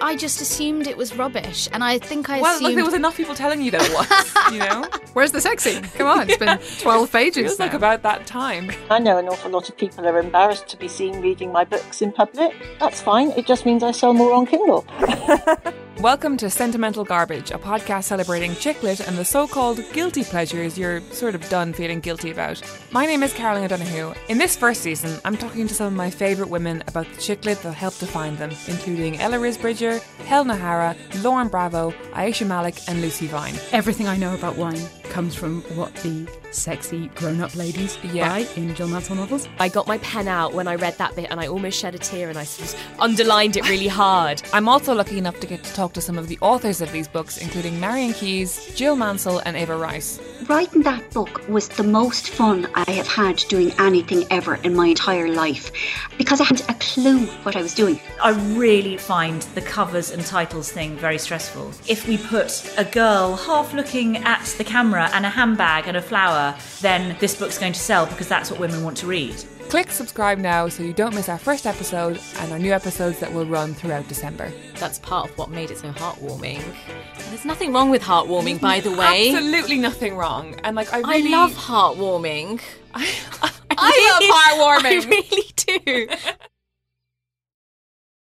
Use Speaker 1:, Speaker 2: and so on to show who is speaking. Speaker 1: I just assumed it was rubbish, and I think I
Speaker 2: Well,
Speaker 1: assumed
Speaker 2: like there was enough people telling you there was, you know?
Speaker 3: Where's the sex scene? Come on, it's been 12 pages.
Speaker 2: Feels like
Speaker 3: now.
Speaker 2: about that time.
Speaker 4: I know an awful lot of people are embarrassed to be seen reading my books in public. That's fine, it just means I sell more on Kindle.
Speaker 2: Welcome to Sentimental Garbage, a podcast celebrating chick lit and the so called guilty pleasures you're sort of done feeling guilty about. My name is Caroline O'Donoghue. In this first season, I'm talking to some of my favourite women about the chick lit that helped define them, including Ella Risbridger, Helen O'Hara, Lauren Bravo, Aisha Malik, and Lucy Vine.
Speaker 5: Everything I know about wine comes from what the sexy grown up ladies
Speaker 2: Yeah.
Speaker 5: buy in John Mansell novels.
Speaker 6: I got my pen out when I read that bit and I almost shed a tear and I sort of underlined it really hard.
Speaker 2: I'm also lucky enough to get to talk to some of the authors of these books, including Marion Keyes, Jill Mansell, and Ava Rice.
Speaker 7: Writing that book was the most fun I have had doing anything ever in my entire life because I had a clue what I was doing.
Speaker 8: I really find the covers and titles thing very stressful. If we put a girl half looking at the camera and a handbag and a flower, then this book's going to sell because that's what women want to read.
Speaker 2: Click subscribe now so you don't miss our first episode and our new episodes that will run throughout December.
Speaker 6: That's part of what made it so heartwarming. And there's nothing wrong with heartwarming, by the way.
Speaker 2: Absolutely nothing wrong. And like I
Speaker 6: I
Speaker 2: really
Speaker 6: love heartwarming.
Speaker 2: I, love heartwarming.
Speaker 6: I really do.